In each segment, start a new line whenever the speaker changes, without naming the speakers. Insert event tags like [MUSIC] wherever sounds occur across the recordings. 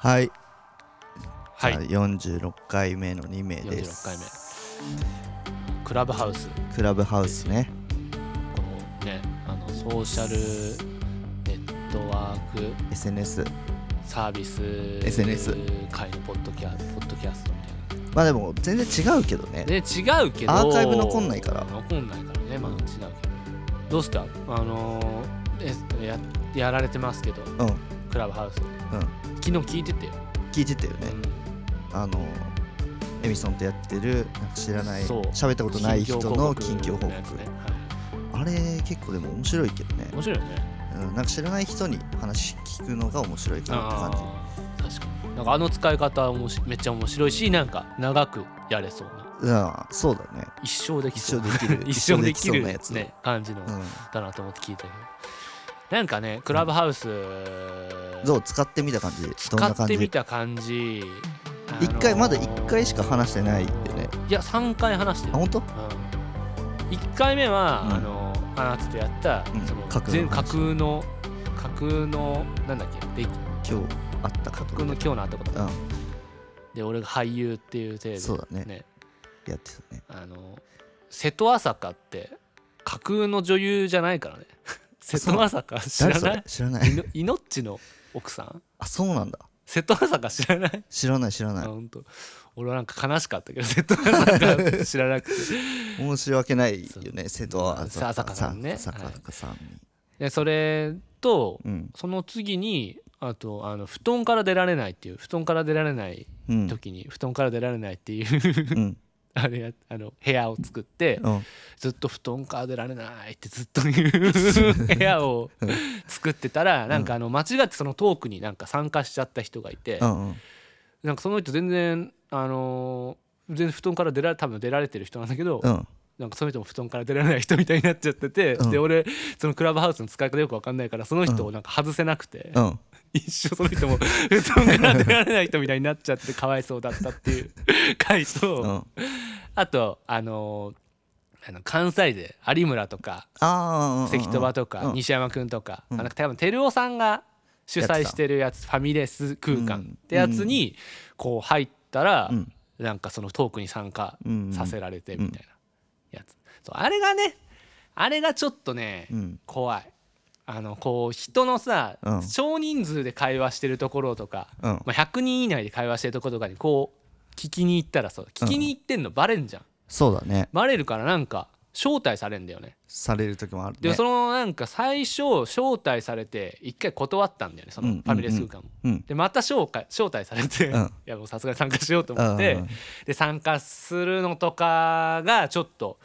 はい、
はい、
じゃあ46回目の2名で
46
す
回目クラブハウス
クラブハウスね
このねあのソーシャルネットワーク
SNS
サービス
SNS
界のポッドキャポッドキャストみたいな
まあでも全然違うけどね
で違うけど
アーカイブ残んないから
残んないからねまあ違うけどどうっすかあのーえややられてますけど
うんうん
クラブハウス昨日聞いててよ、
聞いてたよねあのエミソンとやってるなんか知らない
そう
喋ったことない人の近
近
況報
況報告
告
のやつね、
あれ結構でも面白いけどね
はい、面白いよね
うん、なんか知らない人に話聞くのが面白いかなって感
あー確かになんかあの使い方はおもしめっちゃ面白いしなんか長くやれそうな
じうんそうだね
一生でき
一
そ
生
う
できる
[LAUGHS] 一生でき
一生
る
そうなやつ
ね感じの
う
だなと思って聞いたけどなんかねクラブハウス
ん、どう使ってみた感じどん
使
な感
ってみ
じ
た感じあの
一
ー
回まだ一回しか話してないよね
いや3回話して
あ
る、
本当
うん、1回目は、
うん
あのーあなたとやった、
うん
その
架空の話
全架空の架空のなんだっけで
今日あったかと
架空の今日のあったこと
うん
で俺が俳優っていう体で
そうだね
ね
やってたね
あのー瀬戸朝香って架空の女優じゃな
[LAUGHS]
いからね瀬戸朝香知
誰
ら
そ
ない
れ知らない
いのいのっちの奥さん
あそうなんだ
瀬戸朝香知らない
知らない知らな
あ
い
本当俺はなんか悲しかったけど瀬戸朝香知らな
[LAUGHS]
くて
申し訳ないよね瀬戸は
さ朝香さんね
朝
はい
香さんに
でそれと
うん
その次にあとあの布団から出られないっていう布団から出られない
うん
時に布団から出られないっていう [LAUGHS]
うん
あれやあの部屋を作って
うん
ずっと布団から出られないってずっと言う部屋を作ってたらなんかあの間違ってそのトークになんか参加しちゃった人がいて
うんうん
なんかその人全然あのー全然布団から出られ多分出られてる人なんだけど
うん
なんかその人も布団から出られない人みたいになっちゃってて、
うん
で俺そのクラブハウスの使い方よく分かんないからその人をなんか外せなくて、
うん
一生その人も [LAUGHS] 布団から出られない人みたいになっちゃってかわいそうだったっていう [LAUGHS] 回と、
うん
あとあのーあの関西勢有村とか
ああ
関戸場と
う
か
ん
西山君とか、
うん
あなんか多分照夫さんが主催してるやつファミレス空間ってやつにこう入ったら、
うん
なんかそのトークに参加
うん
させられてみたいなやつ、そうあれがねあれがちょっとね、
うん
怖いあのこう人のさ、
うん
少人数で会話してるところとか、
うん
まあ、100人以内で会話してるところとかにこう聞きに行ったらそう聞きに行ってんのバレんじゃん、
そうだね
バレるからなんか招待されんだよね
される時もある
で、
ね
そのなんか最初招待されて一回断ったんだよねその
うん
ファミレス空間も。
うん
でまた招待招待されて、
うん
[LAUGHS] いやもうさすがに参加しようと思って、
うん
で参加するのとかがちょっと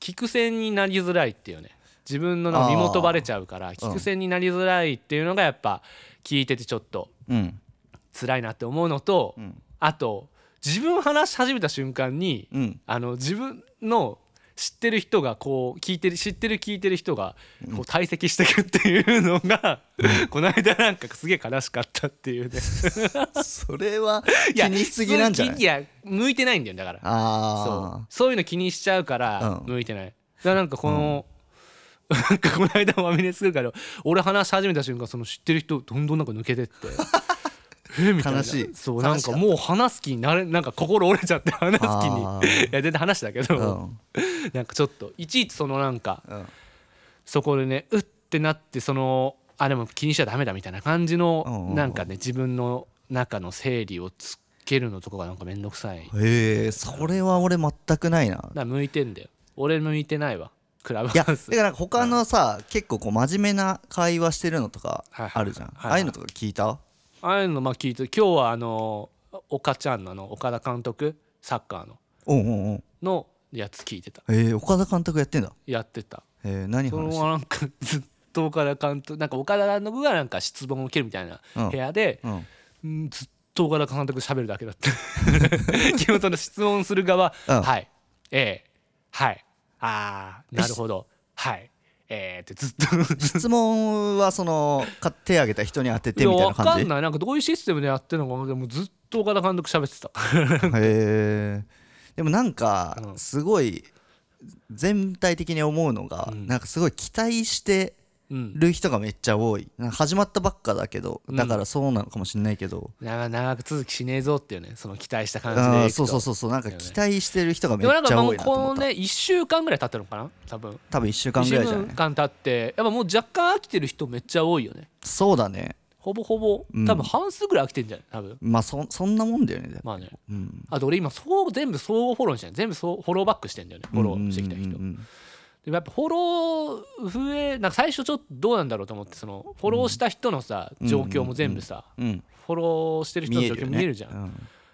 聞く線になりづらいっていうね自分のなんか身元バレちゃうから聞く線になりづらいっていうのがやっぱ聞いててちょっと
うん
辛いなって思うのと、
うん
あと自分話し始めた瞬間に
うん
あの自分の知ってる人がこう聞いてる知ってる聞いてる人がこう退席してくっていうのが、この間なんかすげえ悲しかったってい
[LAUGHS]
うね
それはい気
や
にしすぎなんじゃな
そ
い
ういや向いてないんだよだからそ
あ
うそういうの気にしちゃうから
うん
向いてない、だからなんかこの、なんかこの間ファミレス空間で俺話し始めた瞬間その知ってる人どんどんなんか抜
[LAUGHS]
けてってえみたいな
悲しい
そ
悲
う
し
な
か
ん
った
かもう話す気になれなんか心折れちゃって話す気にい
あ
や
ー
全然話だけど、
あうん
[LAUGHS] なんかちょっといちいちそのなんか
うん
そこでねうってなってそのあでも気にしちゃダメだみたいな感じ
うんうん
の
うん
なんかね自分の中の整理をつけるのとかがなんか面倒くさいだか
へえそれは俺全くないな
ら向いてんだよ俺向いてないわクラブ
いや
ハ
だ
ウス
から他のさ結構こう真面目な会話してるのとか
はいはい
あるじゃん
はいはい
ああいうのとか聞いた
[LAUGHS] ああいうのまあ聞いて今日はあの岡ちゃんのあの岡田監督サッカーの
うんうんうん
のやつ聞いてた
えー岡田監督やってんだ
やってた
えー何
その
話し
なんかずっと岡田監督なんか岡田監督がなんか質問を受けるみたいな
うん
部屋で、
てんの
うんずっと岡田監督喋るだけだ [LAUGHS] った基本その質問する側、
うん
はいええはいああなるほどはいええってずっと
質問はそのか手挙げた人に当てて
いや
みたいな
わか [LAUGHS]
感
ん
じ
ないなんかどういうシステムでやってるのかわかんないもうずっと岡田監督喋ってた
へえでもなんか
うん
すごい全体的に思うのが
うん
なんかすごい期待して
うん、
る人がめっちゃ多いなんか始まったばっかだけど
うん
だからそうなのかもしれないけど、
長長く続きしねえぞっていうねその期待した感じでいく
あ
と
ーそうそうそうそうなんか期待してる人がめ
で
っ
もなん
ち
か
ゃ多
もう
いなと
こ
思
の
っ
ね
た
1週間ぐらい経ってるのかな多分
多分1週間ぐらいじゃ
1
な
週
い
間経ってやっぱもう若干飽きてる人めっちゃ多いよね
そうだね
ほぼほぼ
うん
多分半数ぐらい飽きてんじゃない多分
まあそそんなもんだよね
まあね
うん
あと俺今そう全部総合フォローにしてる全部そうフォローバックしてんだよねフォローしてきた人
うんうんうんうん
でもやっぱフォロー増えなんか最初ちょっとどうなんだろうと思ってそのフォローした人のさ
ん
状況も全部さ
うん
フォローしてる人
見え
の状
るよ
況
ね
見えるじゃん
うん
ま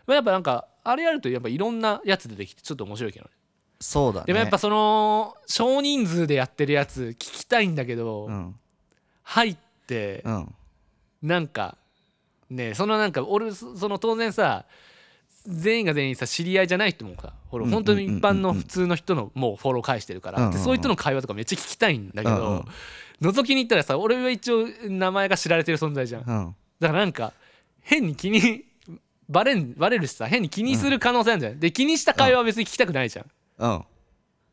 あやっぱなんかあれやるとやっぱいろんなやつ出てきてちょっと面白いけどね
そうだね
でもやっぱその少人数でやってるやつ聞きたいんだけど、
うん
入って
うん
なんかねそのなんか俺そその当然さ全員が全員さ知り合いじゃない人もさフォ
うん
ロー
うん
本当に一般の普通の人のもうフォロー返してるから、
うんうんうん
でそういう人の会話とかめっちゃ聞きたいんだけ
うんうん
ど、覗きに行ったらさ俺は一応名前が知られてる存在じゃんだ
う
か
ん
らなんか変に気にバレんバレるしさ変に気にする可能性あるんじゃない、で気にした会話は別に聞きたくないじゃん
うん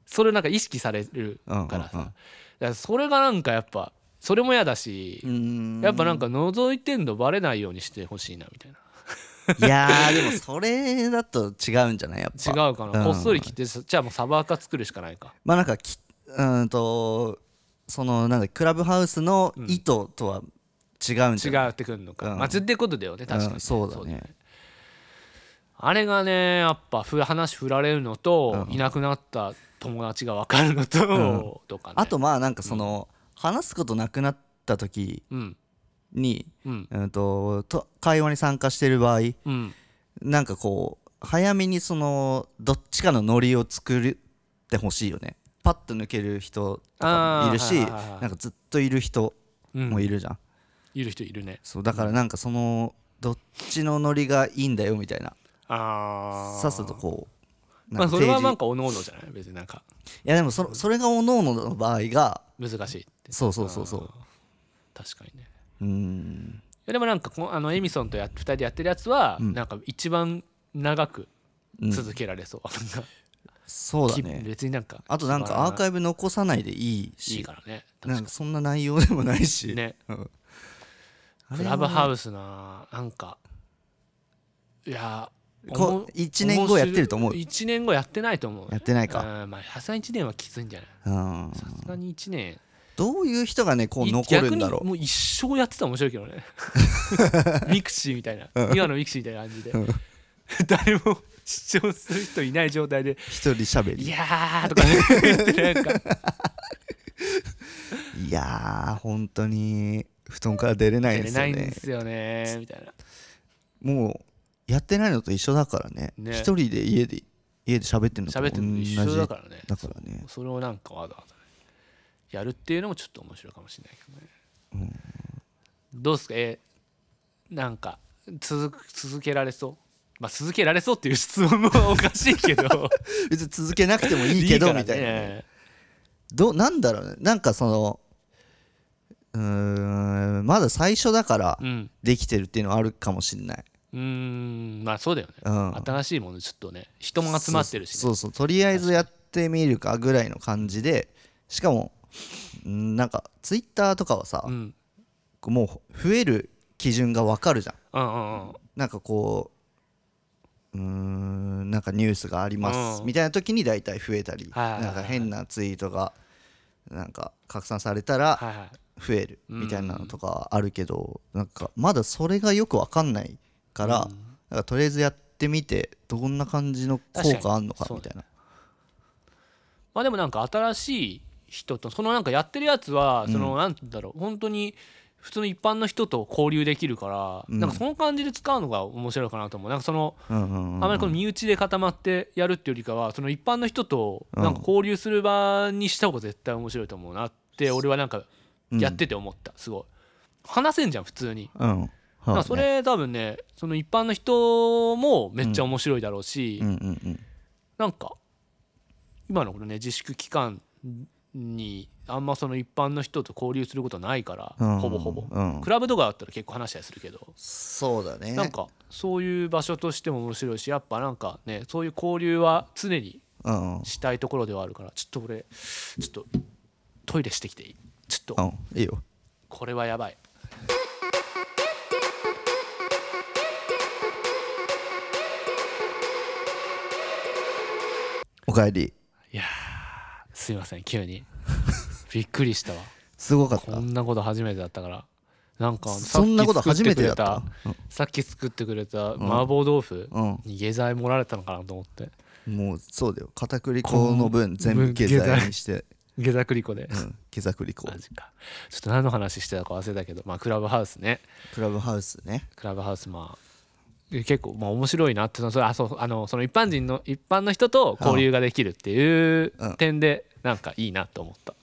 それをなんか意識されるからさ、
うんうんうん
だからそれがなんかやっぱそれも嫌だし、
うん
やっぱなんか覗いてんのバレないようにしてほしいなみたいない
やーでもそれだと違うんじゃないやっぱ
違うかな、
うん
こっそり切ってじゃあもうサバーカ作るしかないか
まあなんかきうーんとそのなんだクラブハウスの意図とは違うん
違
じゃない、
うってくるのか、
うん
まあつってことだよね確かにね、
うんそうだね
あれがねやっぱふ話振られるのと、
うん
いなくなった友達が分かるのと、とかね
あとまあなんかその、話すことなくなった時
うん
に、
うん
うん、とと会話に参加してる場合
うん
なんかこう早めにそのどっちかのノリを作ってほしいよねパッと抜ける人とかもいるし
あーはいはいはいはい
なんかずっといる人
うん
もいるじゃん、
いる人いるね
そうだからなんかそのどっちのノリがいいんだよみたいな
ああ
さっさとこう
ま
な
あ
んか
それは
提示
なんかおのおのじゃない別になんか
いやでもそそれがおののの場合が
難しいって
そうそうそうそう
確かにね
うーん
いやでもなんかこのあのエミソンとや2人でやってるやつは、なんか一番長く
うん
続けられそう、なんか
そうだね
[LAUGHS] 別になんか
あとなんかアーカイブ残さないでいいし
いいからね
な
確
ん
か
かそんな内容でもないし、
にね
うんあ
ク
れ
ラ
は
ブハウスななんかいやお
こ
も
1年後やってると思う
面白い1年後やってないと思う
やってないか、
うんまあさすがに1年はきついんじゃない
うん、
さすがに1年
どういう人がねこう
い
残るんだろ
逆にもう一生やってたら面白いけど
[LAUGHS]
ねミクシーみたいな今のミクシーみたいな感じで誰も視聴する人いない状態で
う一人しゃべ
「い
り
やー」とかね言ってなんか
いやー本当に布団から出れないで
やれ
すよ
ないん
ね
ですよねみたいな
もうやってないのと一緒だからね一、
ね
人で家で家で喋ってるのと
喋ってるのと一緒だからね
だからね
それをなんかわざわざねやるっていうのもちょっと面白いかもしれないけどねどうですかえーなんか続く続けられそうまあ続けられそうっていう質問もおかしいけど
別に続けなくても [LAUGHS] いいけど
から
みたいな、ね、
ね
どうなんだろうねなんかそのうーんまだ最初だから
うん
できてるっていうのはあるかもしれない、
うーんまあそうだよね、
うん、
新しいものちょっとね人も集まってるし、ね、
そうそうそうとりあえずやってみるかぐらいの感じでしかもうんなんかツイッターとかはさ
う、ん
もう増える基準がわかるじゃん
うんうんうん
なんかこううーんなんかニュースがあります
うん
みたいな時に大体増えたり
はいはいはい
なんか変なツイートがなんか拡散されたら
はいはい
増えるみたいなのとかあるけどなんかまだそれがよくわかんないからなんかとりあえずやってみてどんな感じの効果あんのかみたいな
まあでもなんか新しい人とそのなんかやってるやつはそのなんだろう本当に普通の一般の人と交流できるから
うん
なんかその感じで使うのが面白いかなと思うなんかその
うんうんうん
あまりこの身内で固まってやるっていうよりかはその一般の人となんか交流する場にした方が絶対面白いと思うなって俺はなんかやってて思ったすごい話せんじゃん普通に
うん
だ
う
か
だ
ら
ね
それ多分ねその一般の人もめっちゃ面白いだろうし
うんうんうん
なんか今のこのね自粛期間にあんまその一般の人と交流することないから、
うん
ほぼほぼ、
うん
クラブとかだったら結構話したりするけど、
そうだね
なんかそういう場所としても面白いしやっぱなんかねそういう交流は常に
うんうん
したいところではあるからちょっと俺ちょっとトイレしてきていいちょっと
うんいいよ
これはやばい
おかえり
いやーすいません急に [LAUGHS] びっくりしたわ
すごかっ
こ
た
んなこと初めてだったからなんか
そんなこと初めてだった
さっき作ってくれた麻婆豆腐
うん、
に下剤盛られたのかなと思って
もうそうだよ片栗粉の分全部下剤にして、
下剤栗粉で
うん、下栗粉
マジかちょっと何の話してたか忘れたけどまあクラブハウスね
クラブハウスね
クラブハウスまあえ結構まあ面白いなってのはそれあそうあのその一般人の一般の人と交流ができるっていう
うん
点でなんかいいなと思った、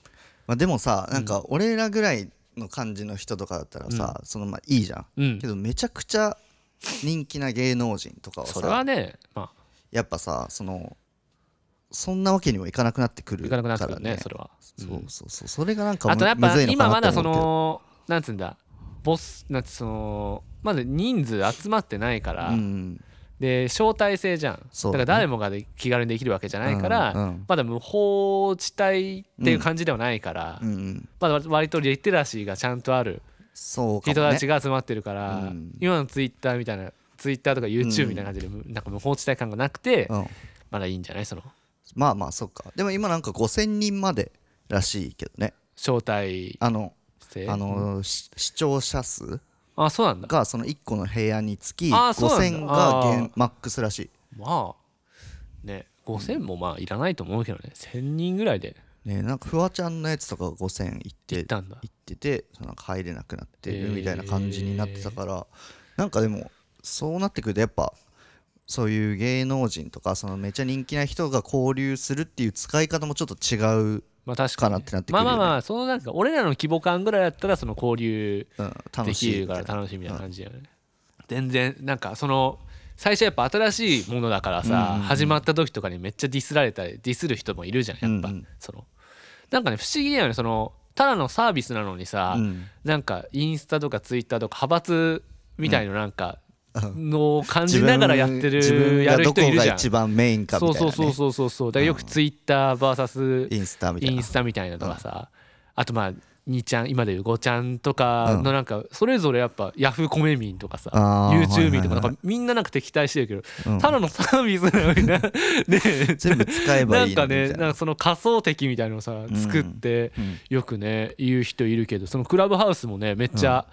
まあ、でもさなんか俺らぐらいの感じの人とかだったらさ、そのまあいいじゃん、
うん
けどめちゃくちゃ人気な芸能人とかは
そ
さ
れはねまあ
やっぱさそのそんなわけにもいかなくなってくる
行
か
からなく
ね
なってくるねそれは、
そううんそうそうそれがなんか
あとやっぱ
むずいの
今
か
ま
な
だ
と
そ
思うけど
のなんつうんだボスなんつそのまだ人数集まってないから、
うん
で招待制じゃんだ,、
そうだ
か
ね
ら誰もがで気軽にできるわけじゃないから、
うんうん
まだ無法地帯っていう感じではないから、
うんうん
まだ割とリテラシーがちゃんとある
そうか
人
も、ね、
たちが集まってるから、
うん
今のツイッターみたいなツイッターとか YouTube みたいな感じで、なんか無法地帯感がなくて、
うん、
まだいいんじゃないその
まあまあそうかでも今なんか5000人までらしいけどね
招待
あの
制
あのし視聴者数
あそうなんだ
がその1個の部屋につき
あーそうな
5000
んだ
が
あー
限マックスらしい
まあね5000もまあいらないと思うけどね1000人ぐらいで
ねなんかフワちゃんのやつとかが5000いって
行っ
行
たんだ
っててそのなんか入れなくなってるみたいな感じになってたから、なんかでもそうなってくるとやっぱそういう芸能人とかそのめちゃ人気な人が交流するっていう使い方もちょっと違う、
まあ確かに
かなってなってくるよね
まあまあまあそのなんか俺らの規模感ぐらいだったらその交流
うん、楽
でき
しい
る
み
か
たいな
ら楽しいみたいな感じだよね、全然なんかその最初やっぱ新しいものだからさ、始まった時とかにめっちゃディスられたりディスる人もいるじゃんやっぱ、
うんうん
そのなんかね不思議だよねそのただのサービスなのにさ、
うん
なんかインスタとかツイッターとか派閥みたいのなんかのを感じながらやって
自分
るやる人いる
がどこ
じ
が
ゃん
一番メインかみたい
そ
な、
う
ね、
そうそうそうそうそうだからよくツイッター VS
インスタみたい
イ
な
ンスタみたいなとかさ、あとまあ2ちゃん今でいう5ちゃんとかのなんかそれぞれやっぱヤフーコメミンとかさ
あー
YouTube 民とか
は
な
はいは
い
い
んかみんななんか敵対してるけどただのサービスなのになね
全部使えば
ないん
いの
か
にみたい
ね
な
なんかその仮想敵みたいのをさ作ってよくね言う人いるけどそのクラブハウスもねめっちゃ、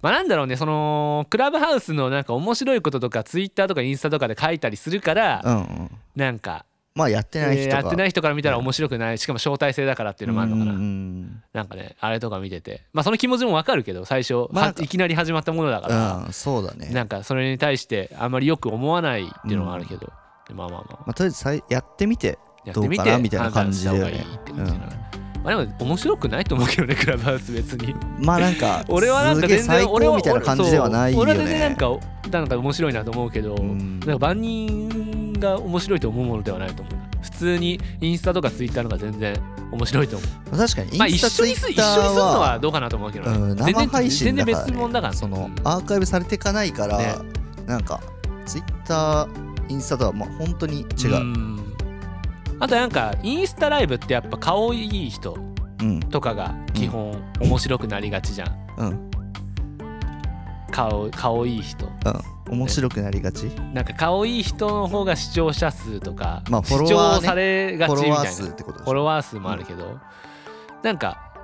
まあなんだろうねそのクラブハウスのなんか面白いこととか Twitter とかインスタとかで書いたりするから、
うんうん、
なんか
まあやってない人が、
えーやってない人から見たら面白くない、しかも招待制だからっていうのもあるのかな、
うんうん
なんかねあれとか見ててまあその気持ちもわかるけど最初、
まあ
はじいきなり始まったものだから、
うんそうだね
なんかそれに対してあんまりよく思わないっていうのがあるけど、でまあまあまあ
まあ、とりあえずさいやってみて
やっ
ど
て
う
み
か
て
なみたいな感じだよ
判断
ね
した方がいいって感じかなまあでも面白くないと思うけどねクラブハウス別に
まあなんか
[LAUGHS] 俺はなん
す
か
げえ
全
最
然俺
高みたいな感じではないよね
俺は全然なんかなんか面白いなと思うけど、
ん
なんか万人が面白いと思うものではないと思う普通にインスタとかツイッターの方が全然面白いと思う
まあ確かに
まあ
イン
一
スタツ
緒
イ
にす
ッ
一
タ
緒にする
ー
のは
は、
どうかなと思うけど、
うん、生配信だから、ね、
全然別物だから、ね、
その
うん
アーカイブされていかないから、
ね
なんかツイッターインスタとはまあ本当に違う、
んあとなんかインスタライブってやっぱ顔いい人
うん
とかが基本面白くなりがちじゃん
うん
顔顔いい人
うん、面白くなりがち、
なんか顔いい人の方が視聴者数とか、
まあフォ
視
ロワーね
聴され
フ
がち
ォ
みたい
ロ
な
ワー数ってことで
フォ
しょ
ロワー数もあるけど、なんか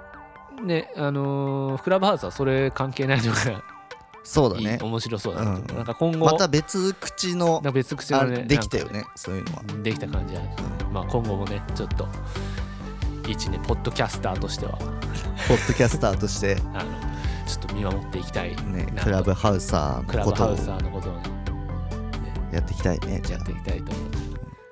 ねあのークラブハウスはそれ関係ないのが
そうだ
いい、
ね
面白そうだなと、
うん
なんか今後
また別口の
なんか別口
あ
のね
できたよ
なんか
ねそういうのは
できた感じある、まあ、今後もねちょっと一ねポッドキャスターとしては
ポッドキャスターとして
あのちょっと見守っていきたい
ね
なと
クラブハウサー
ク
の
ラ
こ
ブ
と
ハ
を
ウサーのことをね
やっていきたいねじ
や
ゃ
っていきたいと思う
あ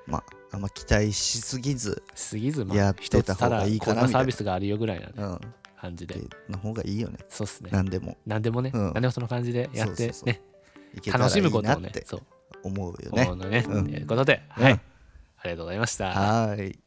まああんま期待しすぎず
すぎずま
や
あ
って
一
た
つ
方
た
が
だ
いいか
こん
なみたいな
なサービスがあるよぐらいなね
うん
感じで
での方がいいよね
そうっすね
何でも
何でもね、
うん
何でもその感じでやって
そうそうそう
ね
いけたら
楽
い
し
い
むこと
なっ
をね
て
そう
思うよ
思
ね
うのね、
うん
ということで、
うん
はいありがとうございました。
はーい